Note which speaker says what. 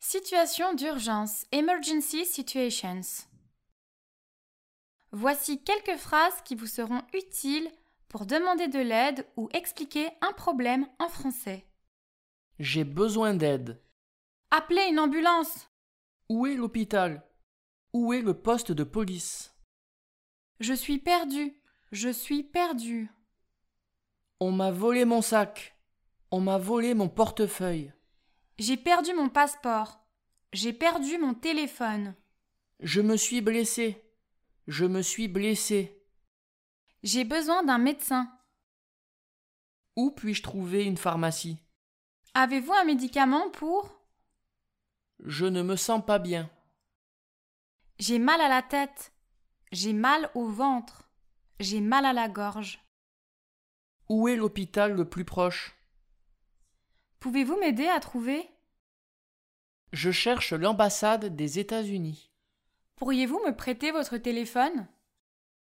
Speaker 1: Situation d'urgence, emergency situations. Voici quelques phrases qui vous seront utiles pour demander de l'aide ou expliquer un problème en français.
Speaker 2: J'ai besoin d'aide.
Speaker 1: Appelez une ambulance.
Speaker 2: Où est l'hôpital Où est le poste de police
Speaker 1: Je suis perdu. Je suis perdu.
Speaker 2: On m'a volé mon sac. On m'a volé mon portefeuille.
Speaker 1: J'ai perdu mon passeport. J'ai perdu mon téléphone.
Speaker 2: Je me suis blessé. Je me suis blessé.
Speaker 1: J'ai besoin d'un médecin.
Speaker 2: Où puis-je trouver une pharmacie
Speaker 1: Avez-vous un médicament pour
Speaker 2: Je ne me sens pas bien.
Speaker 1: J'ai mal à la tête. J'ai mal au ventre. J'ai mal à la gorge.
Speaker 2: Où est l'hôpital le plus proche
Speaker 1: Pouvez-vous m'aider à trouver
Speaker 2: Je cherche l'ambassade des États-Unis.
Speaker 1: Pourriez-vous me prêter votre téléphone